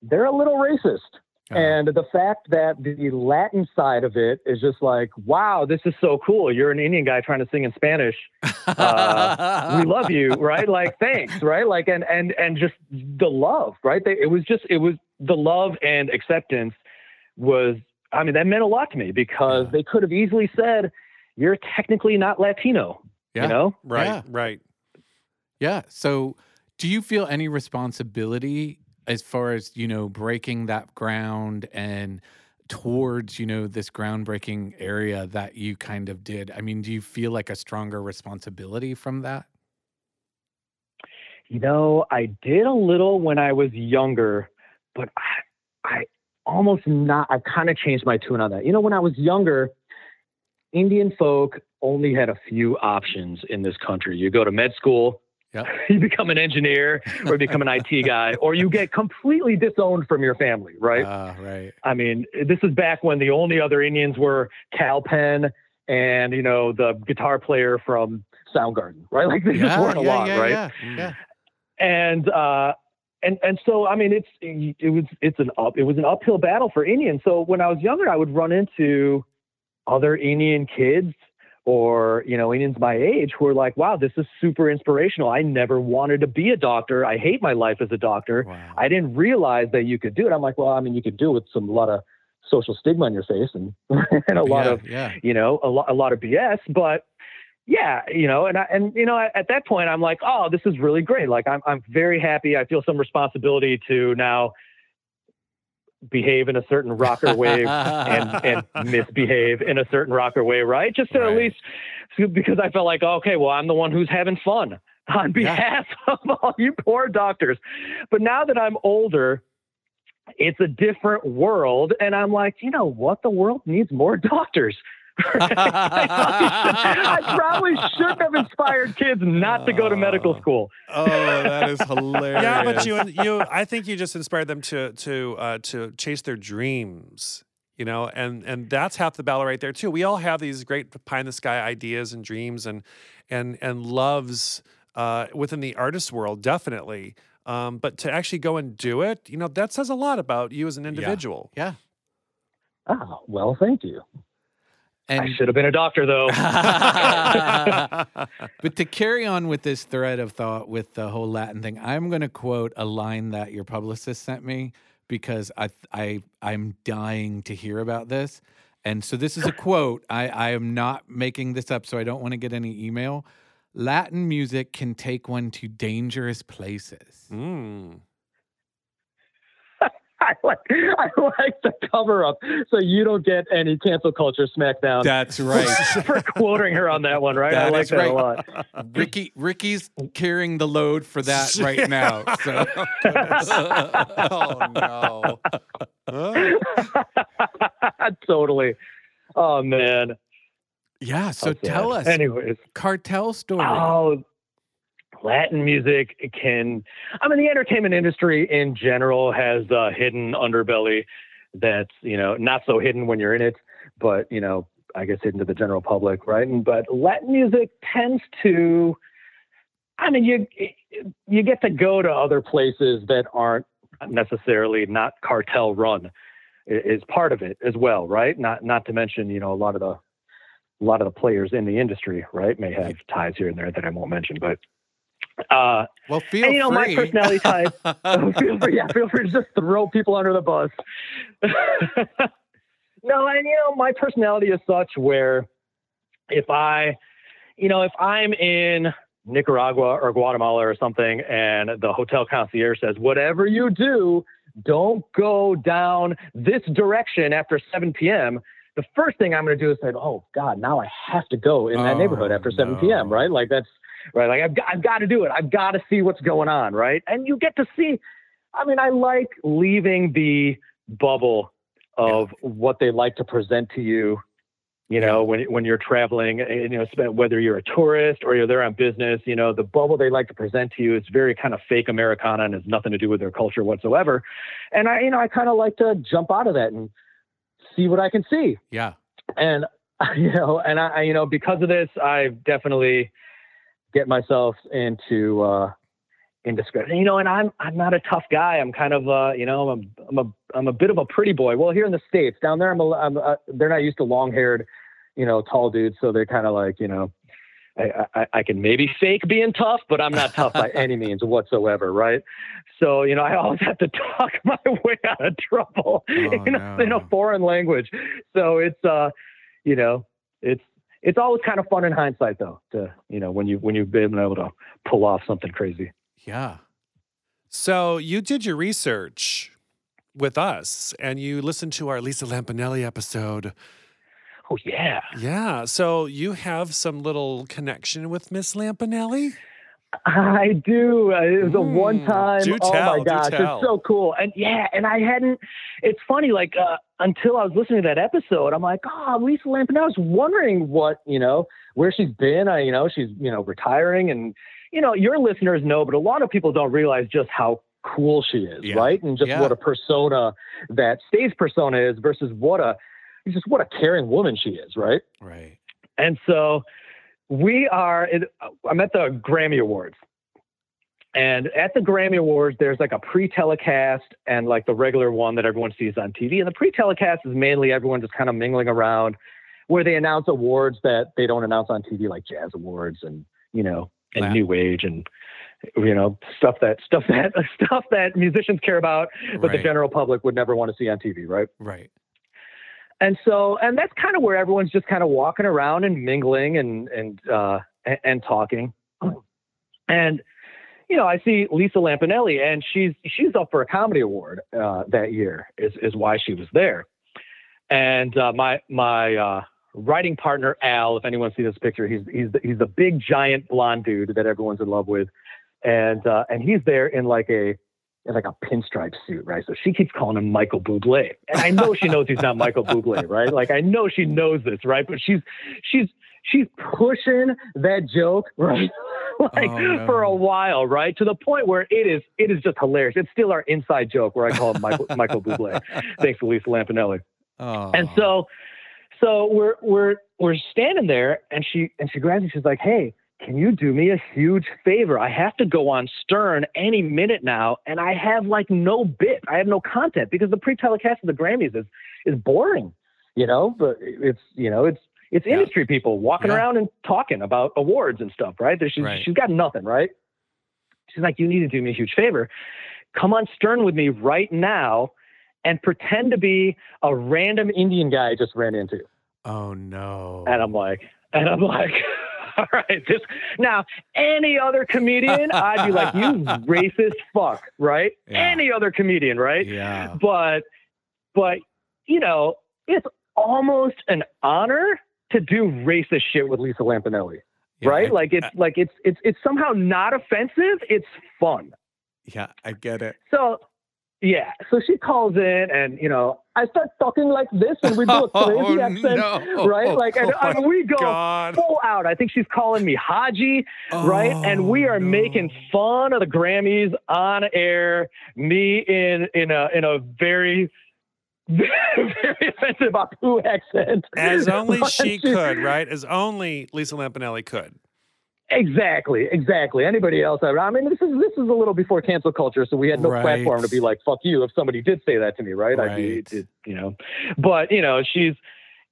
Speaker 2: they're a little racist.
Speaker 4: uh,
Speaker 2: And the fact that the Latin side of it is just like, wow, this is so cool. You're an Indian guy trying to sing in Spanish. uh, we love you right like thanks right like and and and just the love right they, it was just it was the love and acceptance was i mean that meant a lot to me because
Speaker 4: Yeah.
Speaker 2: they could have easily said you're technically not latino
Speaker 4: Yeah.
Speaker 2: you know
Speaker 3: Right,
Speaker 4: Yeah.
Speaker 3: right.
Speaker 4: yeah. So, do you feel any responsibility as far as you know breaking that ground and towards you know this groundbreaking area that you kind of did? I mean, do you feel like a stronger responsibility from that?
Speaker 2: you know i did a little when i was younger but i, I almost not i kind of changed my tune on that you know when i was younger indian folk only had a few options in this country you go to med school
Speaker 4: Yep.
Speaker 2: you become an engineer or become an IT guy, or you get completely disowned from your family, right?
Speaker 4: Ah, right.
Speaker 2: I mean, this is back when the only other Indians were Cal Penn and, you know, the guitar player from Soundgarden, right? Like they just weren't along, right?
Speaker 4: yeah,
Speaker 3: Mm.
Speaker 4: yeah.
Speaker 2: and uh, and and so I mean it's it was it's an up it was an uphill battle for Indians. So when I was younger, I would run into other Indian kids or you know Indians my age who are like, "Wow, this is super inspirational. I never wanted to be a doctor. I hate my life as a doctor.
Speaker 4: Wow.
Speaker 2: I didn't realize that you could do it." I'm like, "Well, I mean, you could do it with some lot of social stigma on your face and and a lot
Speaker 4: yeah,
Speaker 2: of
Speaker 4: yeah.
Speaker 2: you know, a lot, a lot of BS, but yeah, you know, and I, and you know, at that point I'm like, oh, this is really great. Like I'm, I'm very happy. I feel some responsibility to now behave in a certain rocker wave and, and misbehave in a certain rocker way. Right. Just to
Speaker 4: Right.
Speaker 2: at least because I felt like, okay, well, I'm the one who's having fun on behalf of all you poor doctors. But now that I'm older, it's a different world. And I'm like, you know what? The world needs more doctors. I probably shouldn't have inspired kids not to go to medical school.
Speaker 4: Oh, that is hilarious.
Speaker 3: Yeah, but you, you, I think you just inspired them to to uh, to chase their dreams. You know, and and that's half the battle right there too. We all have these great pie in the sky ideas and dreams and and and loves uh, within the artist world, definitely. Um, but to actually go and do it, you know, that says a lot about you as an individual.
Speaker 4: Yeah.
Speaker 2: Oh, well, thank you. I
Speaker 4: And
Speaker 2: should have been a doctor, though.
Speaker 4: but to carry on with this thread of thought with the whole Latin thing, I'm going to quote a line that your publicist sent me because I I I'm dying to hear about this. And so this is a quote. I, I am not making this up, so I don't want to get any email. Latin music can take one to dangerous places.
Speaker 3: Mm.
Speaker 2: I like, I like the cover up, so you don't get any cancel culture smackdown
Speaker 4: That's right.
Speaker 2: for quoting her on that one, right? I
Speaker 4: That
Speaker 2: like
Speaker 4: is
Speaker 2: that
Speaker 4: right.
Speaker 2: a lot.
Speaker 4: Ricky Ricky's carrying the load for that right now. So
Speaker 3: Oh no. Oh.
Speaker 2: totally. Oh man.
Speaker 4: yeah, so
Speaker 2: How sad.
Speaker 4: tell us
Speaker 2: Anyways.
Speaker 4: cartel story.
Speaker 2: Oh Latin music can, I mean, the entertainment industry in general has a hidden underbelly that's, you know, not so hidden when you're in it, but, you know, I guess hidden to the general public, right? And, but Latin music tends to, I mean, you you get to go to other places that aren't necessarily not cartel run i- is part of it as well, right? Not not to mention, you know, a lot of the a lot of the players in the industry, right, may have ties here and there that I won't mention, but uh,
Speaker 3: Well, feel
Speaker 2: and you know, my
Speaker 3: free.
Speaker 2: personality type feel free, yeah, feel free to just throw people under the bus. no, and you know, my personality is such where if I, you know, if I'm in Nicaragua or Guatemala or something, and the hotel concierge says, whatever you do, don't go down this direction after 7 p.m. The first thing I'm going to do is say, oh, God, now I have to go in that
Speaker 4: Oh,
Speaker 2: neighborhood after 7 p.m.,
Speaker 4: no.
Speaker 2: right? Like, that's right. Like, I've got, I've got to do it. I've got to see what's going on, right? And you get to see, I mean, I like leaving the bubble of what they like to present to you. You know, when when you're traveling, eh, you know, spe- whether you're a tourist or you're there on business, you know, the bubble they like to present to you is very kind of fake Americana and has nothing to do with their culture whatsoever. And I, you know, I kind of like to jump out of that and see what I can see
Speaker 4: Yeah.
Speaker 2: and you know, and I, I, you know, because of this, I definitely get myself into uh, indiscretion. You know, and I'm I'm not a tough guy. I'm kind of uh, you know, I'm a, I'm a I'm a bit of a pretty boy. Well, here in the states, down there, I'm, a, I'm a, they're not used to long haired, you know, tall dudes, so they're kind of like you know. I, I, I can maybe fake being tough, but I'm not tough by any means whatsoever, right? So you know, I always have to talk my way out of trouble
Speaker 4: Oh,
Speaker 2: in, a, in
Speaker 4: no.
Speaker 2: a foreign language. So it's uh, you know, it's it's always kind of fun in hindsight though to you know when you when you've been able to pull off something crazy
Speaker 4: Yeah.
Speaker 3: So you did your research with us and you listened to our Lisa Lampanelli episode.
Speaker 2: oh yeah
Speaker 3: Yeah. So you have some little connection with Miss Lampanelli?
Speaker 2: i do Uh, it was a
Speaker 4: Mm,
Speaker 2: one time
Speaker 3: do
Speaker 2: oh
Speaker 3: tell,
Speaker 2: my
Speaker 3: do
Speaker 2: gosh
Speaker 3: tell.
Speaker 2: it's so cool and yeah and i hadn't it's funny like uh, until i was listening to that episode i'm like oh lisa lampin i was wondering what you know where she's been i you know she's you know retiring and you know your listeners know but a lot of people don't realize just how cool she is
Speaker 3: Yeah.
Speaker 2: right and just
Speaker 4: Yeah.
Speaker 2: what a persona that stage persona is versus what a just what a caring woman she is right
Speaker 4: Right.
Speaker 2: and so we are, I'm at the Grammy Awards. And at the Grammy Awards, there's like a pre telecast and like the regular one that everyone sees on TV. And the pre telecast is mainly everyone just kind of mingling around where they announce awards that they don't announce on TV, like Jazz Awards and, you know, and
Speaker 4: Wow.
Speaker 2: New Age and, you know, stuff that, stuff that, stuff that musicians care about, but the
Speaker 4: Right.
Speaker 2: general public would never want to see on TV, right?
Speaker 4: Right.
Speaker 2: and so and that's kind of where everyone's just kind of walking around and mingling and and uh and, and talking and you know i see lisa lampanelli and she's she's up for a comedy award uh that year is is why she was there and uh my my uh writing partner al if anyone sees this picture he's he's the, he's the big giant blonde dude that everyone's in love with and uh and he's there in like a in like a pinstripe suit, right? So she keeps calling him Michael Bublé, and I know she knows he's not Michael Bublé, right? Like I know she knows this, right? But she's she's she's pushing that joke, right? like
Speaker 4: Oh, no.
Speaker 2: for a while, right? To the point where it is it is just hilarious. It's still our inside joke where I call him Michael Michael Bublé, thanks to Lisa Lampanelli.
Speaker 4: Oh.
Speaker 2: And so, so we're we're we're standing there, and she and she grabs me. She's like, "Hey, can you do me a huge favor? I have to go on Stern any minute now, and I have like no bit. I have no content because the pre-telecast of the Grammys is is boring, you know. But it's you know it's it's
Speaker 4: Yeah.
Speaker 2: industry people walking
Speaker 4: Yeah.
Speaker 2: around and talking about awards and stuff, right? There's, she's,
Speaker 4: Right.
Speaker 2: she's got nothing, right? She's like, "You need to do me a huge favor. Come on Stern with me right now." And pretend to be a random Indian guy I just ran into.
Speaker 4: Oh no.
Speaker 2: And I'm like, and I'm like, all right, this now any other comedian, I'd be like, you racist fuck, right?
Speaker 4: Yeah.
Speaker 2: Any other comedian, right?
Speaker 4: Yeah.
Speaker 2: But but you know, it's almost an honor to do racist shit with Lisa Lampanelli.
Speaker 4: Yeah,
Speaker 2: right?
Speaker 4: I-
Speaker 2: like it's
Speaker 4: I-
Speaker 2: like it's it's it's somehow not offensive, it's fun.
Speaker 4: yeah, I get it.
Speaker 2: So Yeah. So she calls in and, you know, I start talking like this and we do a crazy
Speaker 3: Oh,
Speaker 2: accent,
Speaker 3: no.
Speaker 2: right? Like, and,
Speaker 3: Oh, my
Speaker 2: and we go
Speaker 3: God.
Speaker 2: full out. I think she's calling me Haji, right? And
Speaker 4: Oh,
Speaker 2: we
Speaker 3: Oh,
Speaker 2: are making fun of the Grammys on air, me in, in a, in a very, very offensive Apu accent.
Speaker 3: As only
Speaker 2: But
Speaker 3: she could, right? As only Lisa Lampanelli could.
Speaker 2: Exactly, exactly. Anybody else? I mean, this is this is a little before cancel culture, so we had no
Speaker 4: Right.
Speaker 2: platform to be like, "Fuck you." If somebody did say that to me, right? I'd be,
Speaker 4: Right.
Speaker 2: it- you know. But you know, she's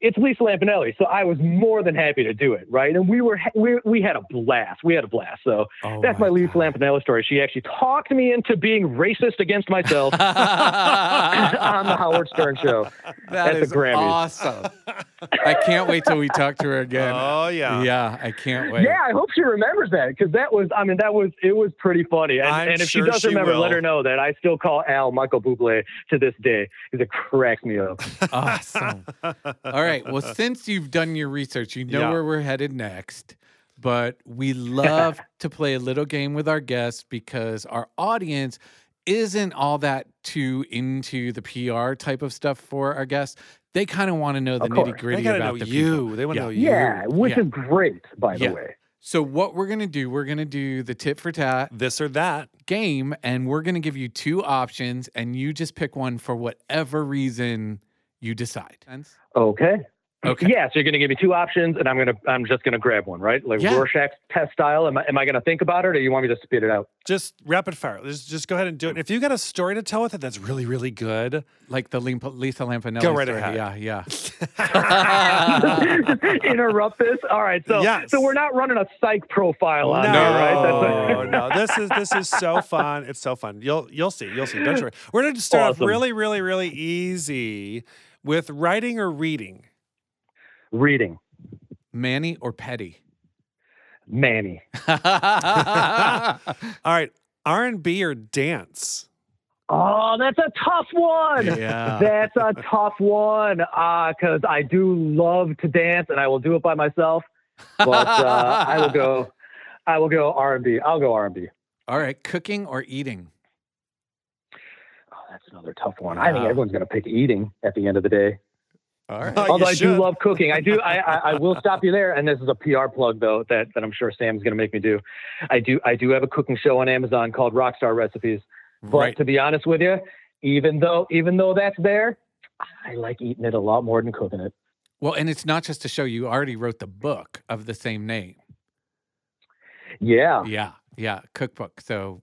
Speaker 2: it's Lisa Lampanelli, so I was more than happy to do it, right? And we were we we had a blast. We had a blast. So
Speaker 4: Oh
Speaker 2: that's my, Lisa
Speaker 4: God.
Speaker 2: Lampanelli story. She actually talked me into being racist against myself on the Howard Stern show.
Speaker 4: That
Speaker 2: at the
Speaker 4: is
Speaker 2: Grammys.
Speaker 4: awesome. I can't wait till we talk to her again.
Speaker 3: Oh yeah.
Speaker 4: yeah, I can't wait.
Speaker 2: Yeah, I hope she remembers that because that was, I mean, that was, it was pretty funny. And,
Speaker 3: I'm
Speaker 2: and if
Speaker 3: sure
Speaker 2: she does
Speaker 3: she
Speaker 2: remember, let
Speaker 3: will.
Speaker 2: her know that I still call Al Michael Bublé to this day because it cracks me up.
Speaker 4: Awesome. All right. Well, since you've done your research, you know
Speaker 3: Yeah.
Speaker 4: where we're headed next. But we love to play a little game with our guests because our audience isn't all that too into the PR type of stuff for our guests. They kind of want to know the
Speaker 2: Of course.
Speaker 4: nitty
Speaker 3: They
Speaker 4: gritty
Speaker 3: gotta
Speaker 4: about
Speaker 3: know
Speaker 4: the
Speaker 3: you.
Speaker 4: people.
Speaker 3: They wanna
Speaker 4: Yeah.
Speaker 3: know you.
Speaker 2: Yeah, which
Speaker 4: yeah.
Speaker 2: is great, by
Speaker 4: Yeah.
Speaker 2: the way.
Speaker 4: So what we're gonna do? We're gonna do the tit for tat
Speaker 3: This or that.
Speaker 4: game, and we're gonna give you two options, and you just pick one for whatever reason you decide. Sense?
Speaker 2: Okay.
Speaker 4: Okay.
Speaker 2: Yeah, so you're going to give me two options, and I'm gonna, I'm just gonna grab one, right? Like
Speaker 4: Yeah.
Speaker 2: Rorschach test style. Am I, am I gonna think about it, or you want me to spit it out?
Speaker 3: Just rapid fire. Just, just go ahead and do it. And if you got a story to tell with it, that's really, really good.
Speaker 4: Like the Lim- Lisa Lampanelli.
Speaker 3: Go right
Speaker 4: story.
Speaker 3: ahead.
Speaker 4: Yeah, yeah.
Speaker 2: Interrupt this. All right. So,
Speaker 3: Yes.
Speaker 2: so we're not running a psych profile on
Speaker 3: no,
Speaker 2: here, right? That's a-
Speaker 3: no, this is this is so fun. It's so fun. You'll you'll see. You'll see. Don't you worry. We're gonna start
Speaker 2: Awesome.
Speaker 3: off really, really, really easy with writing or reading.
Speaker 2: reading.
Speaker 4: Manny or Petty?
Speaker 2: Manny.
Speaker 4: yeah.
Speaker 3: All right, R and B or dance.
Speaker 2: Oh, that's a tough one.
Speaker 3: Uh.
Speaker 2: That's a tough one because I do love to dance and I will do it by myself. But uh, I will go. I will go R and B. I'll go R and B.
Speaker 4: All right. Cooking or eating?
Speaker 2: Oh, that's another tough one. I think
Speaker 4: Yeah.
Speaker 2: everyone's going to pick eating at the end of the day.
Speaker 4: All right.
Speaker 3: Oh, you
Speaker 2: Although I do
Speaker 3: should.
Speaker 2: love cooking. I do. I, I, I will stop you there. And this is a PR plug though that, that I'm sure Sam's going to make me do. I do. I do have a cooking show on Amazon called Rockstar Recipes. But
Speaker 4: Right.
Speaker 2: to be honest with you, even though even though that's there, I like eating it a lot more than cooking it.
Speaker 4: Well, and it's not just a show. You already wrote the book of the same name.
Speaker 3: Oh.
Speaker 2: Yeah.
Speaker 4: Yeah. Yeah. Cookbook. So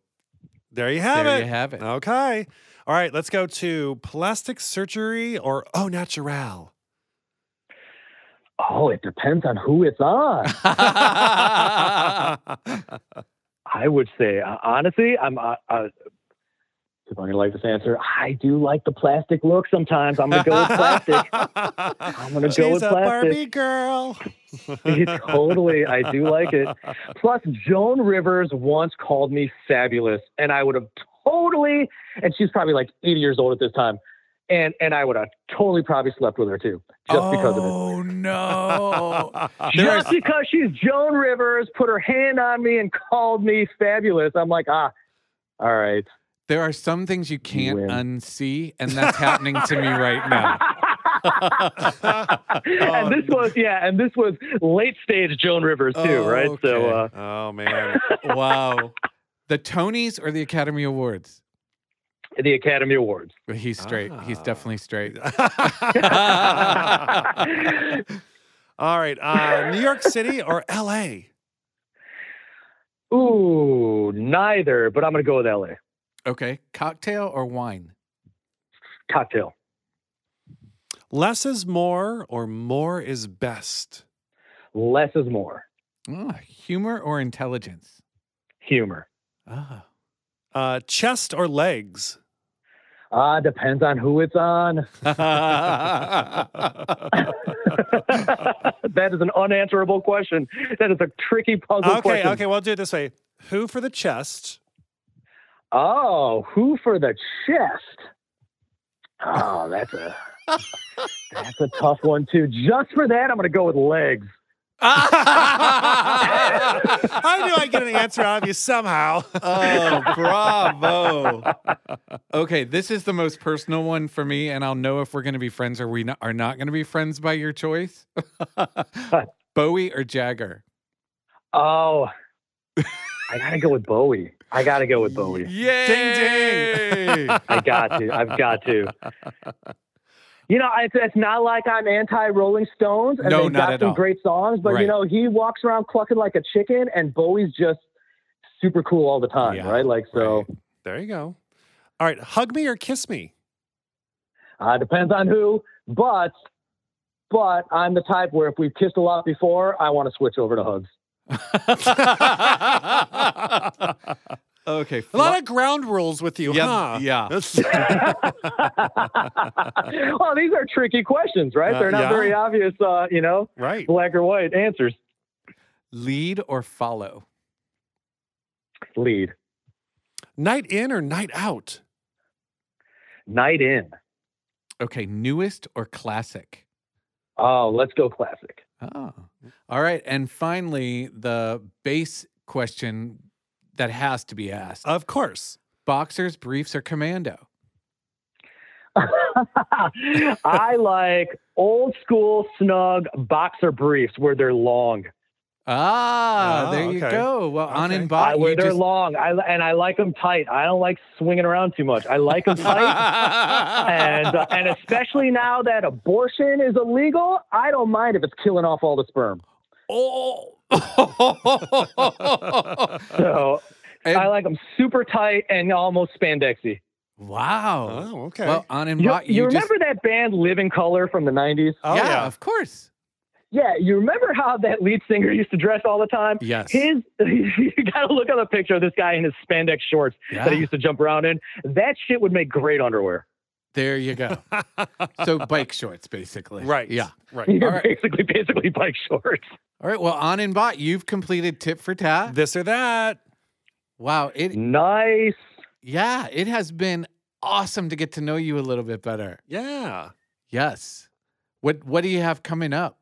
Speaker 3: There you have
Speaker 4: there
Speaker 3: it. Oh.
Speaker 4: you have it.
Speaker 3: Okay. All right, let's go to plastic surgery or au natural.
Speaker 2: Oh, it depends on who it's on. I would say, uh, honestly, I'm. Uh, uh, if I'm gonna like this answer, I do like the plastic look. Sometimes I'm gonna go with plastic. I'm gonna
Speaker 3: She's
Speaker 2: go with
Speaker 3: a
Speaker 2: plastic.
Speaker 3: Barbie girl.
Speaker 2: totally, I do like it. Plus, Joan Rivers once called me fabulous, and I would have totally. And she's probably like 80 years old at this time, and and I would have totally probably slept with her too, just because of it.
Speaker 4: Oh, no.
Speaker 3: Oh,
Speaker 4: There
Speaker 2: Just because she's Joan Rivers put her hand on me and called me fabulous. I'm like, ah, all right.
Speaker 4: There are some things you can't
Speaker 2: win.
Speaker 4: unsee, and that's happening to me right now.
Speaker 2: and this was, yeah, and this was late stage Joan Rivers too,
Speaker 4: Oh,
Speaker 2: right? So, uh,
Speaker 4: okay.
Speaker 3: oh man.
Speaker 4: Wow. The Tonys or the Academy Awards?
Speaker 2: uh, the Academy Awards.
Speaker 4: He's straight. He's
Speaker 3: Ah.
Speaker 4: definitely straight.
Speaker 3: All right, uh, New York City or LA?
Speaker 2: Ooh, neither, but I'm gonna go with LA.
Speaker 4: Okay. Cocktail or wine?
Speaker 2: Cocktail.
Speaker 3: Less is more or more is best.
Speaker 2: Less is more.
Speaker 4: Ah, humor or intelligence?
Speaker 2: Humor.
Speaker 4: Ah.
Speaker 3: Uh, chest or legs?
Speaker 2: Ah, depends on who it's on. that is an unanswerable question. That is a tricky puzzle
Speaker 3: okay,
Speaker 2: question.
Speaker 3: okay, we'll do it this way. Who for the chest?
Speaker 2: Oh, who for the chest? Oh, that's a that's a tough one too. Just for that, I'm gonna go with legs.
Speaker 3: I knew I'd get an answer out of you somehow.
Speaker 4: Oh, bravo. Okay, this is the most personal one for me, and I'll know if we're going to be friends or we not, are not going to be friends by your choice. Bowie or Jagger?
Speaker 2: Oh, I gotta go with Bowie. I gotta go with Bowie.
Speaker 4: Yay!
Speaker 3: Ding, ding.
Speaker 2: I got to. I've got to. You know, it's, it's not like I'm anti Rolling Stones, and
Speaker 4: No,
Speaker 2: they've
Speaker 4: not
Speaker 2: got
Speaker 4: at
Speaker 2: some
Speaker 4: all.
Speaker 2: great songs. But
Speaker 4: Right.
Speaker 2: you know, he walks around clucking like a chicken, and Bowie's just super cool all the time,
Speaker 4: Yeah,
Speaker 2: right? Like so,
Speaker 3: There you go. All right, hug me or kiss me.
Speaker 2: uh, depends on who. But but I'm the type where if we've kissed a lot before, I want to switch over to hugs.
Speaker 3: a
Speaker 4: Okay.
Speaker 3: lot of ground rules with you, huh?
Speaker 4: yeah, yeah.
Speaker 2: well, these are tricky questions, right?
Speaker 3: Uh,
Speaker 2: They're not
Speaker 3: yeah.
Speaker 2: very obvious, uh, you know,
Speaker 3: right.
Speaker 2: black or white answers.
Speaker 4: Lead or follow?
Speaker 2: Lead
Speaker 3: Night in or night out?
Speaker 2: night in.
Speaker 4: Okay, newest or classic?
Speaker 2: Oh, let's go classic.
Speaker 4: Oh.
Speaker 3: Mm-hmm.
Speaker 4: All right. And finally, the base question that has to be asked
Speaker 3: Of course.
Speaker 4: boxers, briefs, or commando?
Speaker 2: I like old school snug boxer briefs where they're long.
Speaker 4: Ah,
Speaker 3: Ah,
Speaker 4: there you
Speaker 3: okay.
Speaker 4: go. Well, on
Speaker 3: Okay.
Speaker 4: in
Speaker 2: I,
Speaker 4: bot,
Speaker 2: where
Speaker 4: you
Speaker 2: they're
Speaker 4: just-
Speaker 2: long, I, and I like them tight. I don't like swinging around too much. I like them tight. And uh, and especially now that abortion is illegal, I don't mind if it's killing off all the sperm.
Speaker 4: oh.
Speaker 2: So
Speaker 4: And-
Speaker 2: I like them super tight and almost spandexy.
Speaker 4: wow.
Speaker 3: Oh, okay.
Speaker 4: Well, on in
Speaker 2: You,
Speaker 4: bot, you,
Speaker 2: you
Speaker 4: just-
Speaker 2: remember that band Living Color from the '90s?
Speaker 3: oh,
Speaker 4: yeah,
Speaker 3: yeah.
Speaker 4: of course.
Speaker 2: Yeah, you remember how that lead singer used to dress all the time?
Speaker 4: Yes.
Speaker 2: His, you gotta look up a picture of this guy in his spandex shorts that he
Speaker 4: Yeah.
Speaker 2: used to jump around in. That shit would make great underwear.
Speaker 4: There you go. so bike shorts, basically.
Speaker 3: Right.
Speaker 4: Yeah.
Speaker 3: Right.
Speaker 2: You're
Speaker 4: right.
Speaker 2: basically, basically bike shorts.
Speaker 4: All right. Well, on in bot, you've completed tip for tat.
Speaker 3: This or that.
Speaker 4: Wow. It
Speaker 2: Nice.
Speaker 4: yeah, it has been awesome to get to know you a little bit better.
Speaker 3: Yeah.
Speaker 4: Yes. What what do you have coming up?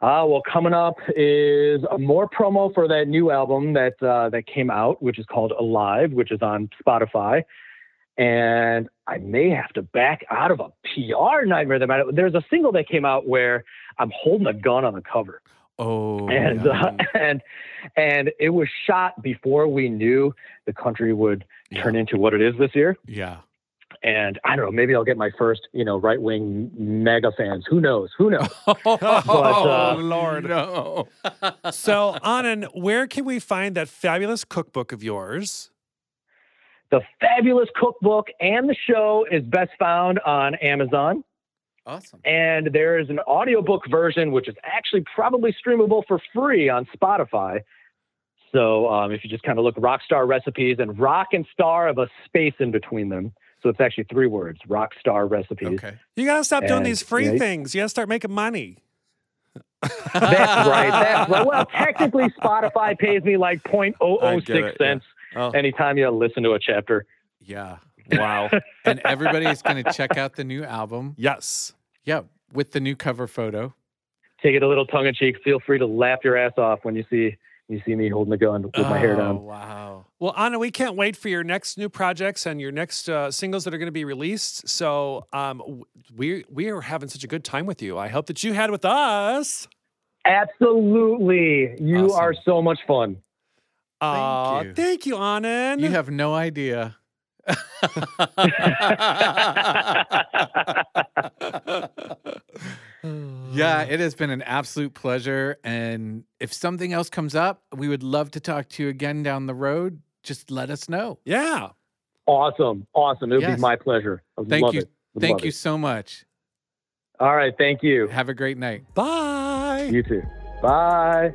Speaker 2: Uh, well, coming up is more promo for that new album that uh, that came out, which is called Alive, which is on Spotify. And I may have to back out of a PR nightmare. That might, there's a single that came out where I'm holding a gun on the cover.
Speaker 4: Oh
Speaker 2: and
Speaker 4: yeah.
Speaker 2: uh, and and it was shot before we knew the country would
Speaker 4: Yeah.
Speaker 2: turn into what it is this year.
Speaker 4: yeah.
Speaker 2: And I don't know, maybe I'll get my first, you know, right wing mega fans. Who knows? Who knows? uh,
Speaker 4: Oh, Lord. No.
Speaker 3: So, Anand, where can we find that fabulous cookbook of yours?
Speaker 2: the fabulous cookbook and the show is best found on Amazon.
Speaker 4: Awesome.
Speaker 2: And there is an audiobook version, which is actually probably streamable for free on Spotify. So um, if you just kind of look rock star recipes and rock and star of a space in between them. So it's actually three words, rock star recipes.
Speaker 4: Okay.
Speaker 3: You got to stop doing
Speaker 2: And,
Speaker 3: these free
Speaker 2: yeah.
Speaker 3: things. You got to start making money.
Speaker 2: That's right. That's right. Well, technically, Spotify pays me like
Speaker 4: I get it,
Speaker 2: 0.006
Speaker 4: yeah.
Speaker 2: cents
Speaker 4: Oh.
Speaker 2: anytime you listen to a chapter.
Speaker 4: Yeah.
Speaker 3: Wow.
Speaker 4: And everybody is going to check out the new album.
Speaker 3: yes.
Speaker 4: Yeah, with the new cover photo.
Speaker 2: Take it a little tongue in cheek. Feel free to laugh your ass off when you see you see me holding a gun with my hair
Speaker 4: Oh,
Speaker 2: down.
Speaker 4: Wow.
Speaker 3: Well, Anna, we can't wait for your next new projects and your next uh, singles that are going to be released. So um, w- we we are having such a good time with you. I hope that you had with us.
Speaker 2: Absolutely, you
Speaker 4: Awesome.
Speaker 2: are so much fun.
Speaker 3: Aw,
Speaker 4: you.
Speaker 3: Thank you, Anand.
Speaker 4: You have no idea. yeah, it has been an absolute pleasure. And if something else comes up, we would love to talk to you again down the road. Just let us know.
Speaker 3: yeah.
Speaker 2: Awesome, awesome. It would
Speaker 4: Yes.
Speaker 2: be my pleasure. I would
Speaker 4: Thank
Speaker 2: love
Speaker 4: you.
Speaker 2: it. Would
Speaker 4: Thank
Speaker 2: love
Speaker 4: you
Speaker 2: it.
Speaker 4: so much.
Speaker 2: All right, thank you.
Speaker 4: Have a great night.
Speaker 3: Bye.
Speaker 2: You too. Bye.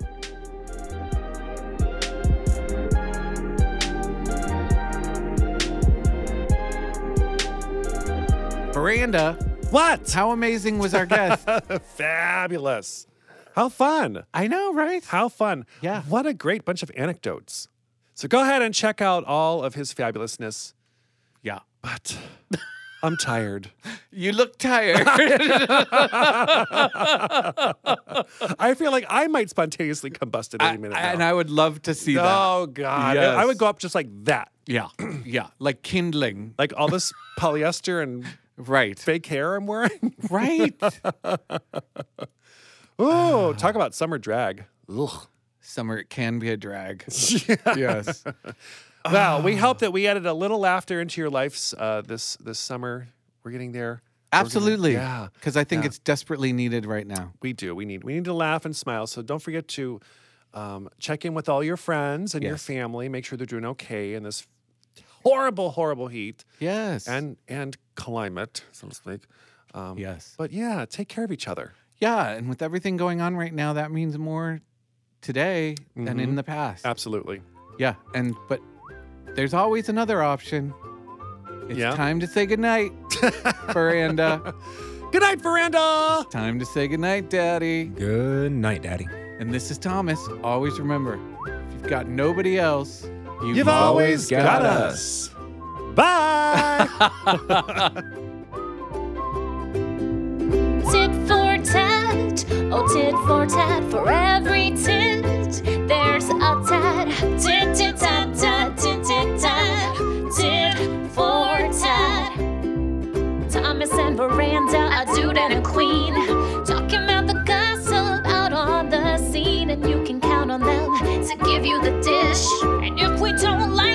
Speaker 4: Miranda,
Speaker 3: What?
Speaker 4: how amazing was our guest?
Speaker 3: Fabulous. How fun.
Speaker 4: I know, right?
Speaker 3: How fun.
Speaker 4: Yeah.
Speaker 3: What a great bunch of anecdotes. So go ahead and check out all of his fabulousness.
Speaker 4: Yeah.
Speaker 3: But I'm tired.
Speaker 4: You look tired.
Speaker 3: I feel like I might spontaneously combust at
Speaker 4: I-
Speaker 3: any minute.
Speaker 4: I-
Speaker 3: now.
Speaker 4: and I would love to see that.
Speaker 3: oh God! I- I
Speaker 4: Yes.
Speaker 3: would go up just like that,
Speaker 4: Yeah. Yeah. Like kindling.
Speaker 3: like all this polyester and
Speaker 4: Right.
Speaker 3: fake hair I'm wearing.
Speaker 4: Right.
Speaker 3: Oh, talk about summer drag. Ugh.
Speaker 4: Summer can be a drag.
Speaker 3: Yeah.
Speaker 4: Yes.
Speaker 3: Wow. We hope that we added a little laughter into your lives uh, this this summer. We're getting there. We're gonna-
Speaker 4: Absolutely.
Speaker 3: yeah.
Speaker 4: Because I think it's desperately needed right now.
Speaker 3: We do. We need we need to laugh and smile. So don't forget to um, check in with all your friends and your
Speaker 4: Yes.
Speaker 3: family. Make sure they're doing okay in this horrible, horrible heat
Speaker 4: Yes.
Speaker 3: and and climate, so to speak. Um,
Speaker 4: yes.
Speaker 3: But yeah, take care of each other.
Speaker 4: Yeah. And with everything going on right now, that means more today than
Speaker 3: Mm-hmm.
Speaker 4: in the past.
Speaker 3: Absolutely.
Speaker 4: Yeah. And, but there's always another option. It's
Speaker 3: Yeah.
Speaker 4: time to say goodnight, Veranda.
Speaker 3: Good night, Veranda.
Speaker 4: time to say goodnight, Daddy.
Speaker 5: Good night, Daddy.
Speaker 4: And this is Thomas. Always remember if you've got nobody else, you've,
Speaker 3: You've always got us. Bye.
Speaker 1: Tit for tat, oh tit for tat, for every tit there's a tat. Tit tit tat tat, tit tit tat, tit for tat. Thomas and Miranda, a dude and a queen, talking about the gossip out on the scene, and you can count on them to give you the dish. And if we don't like oh,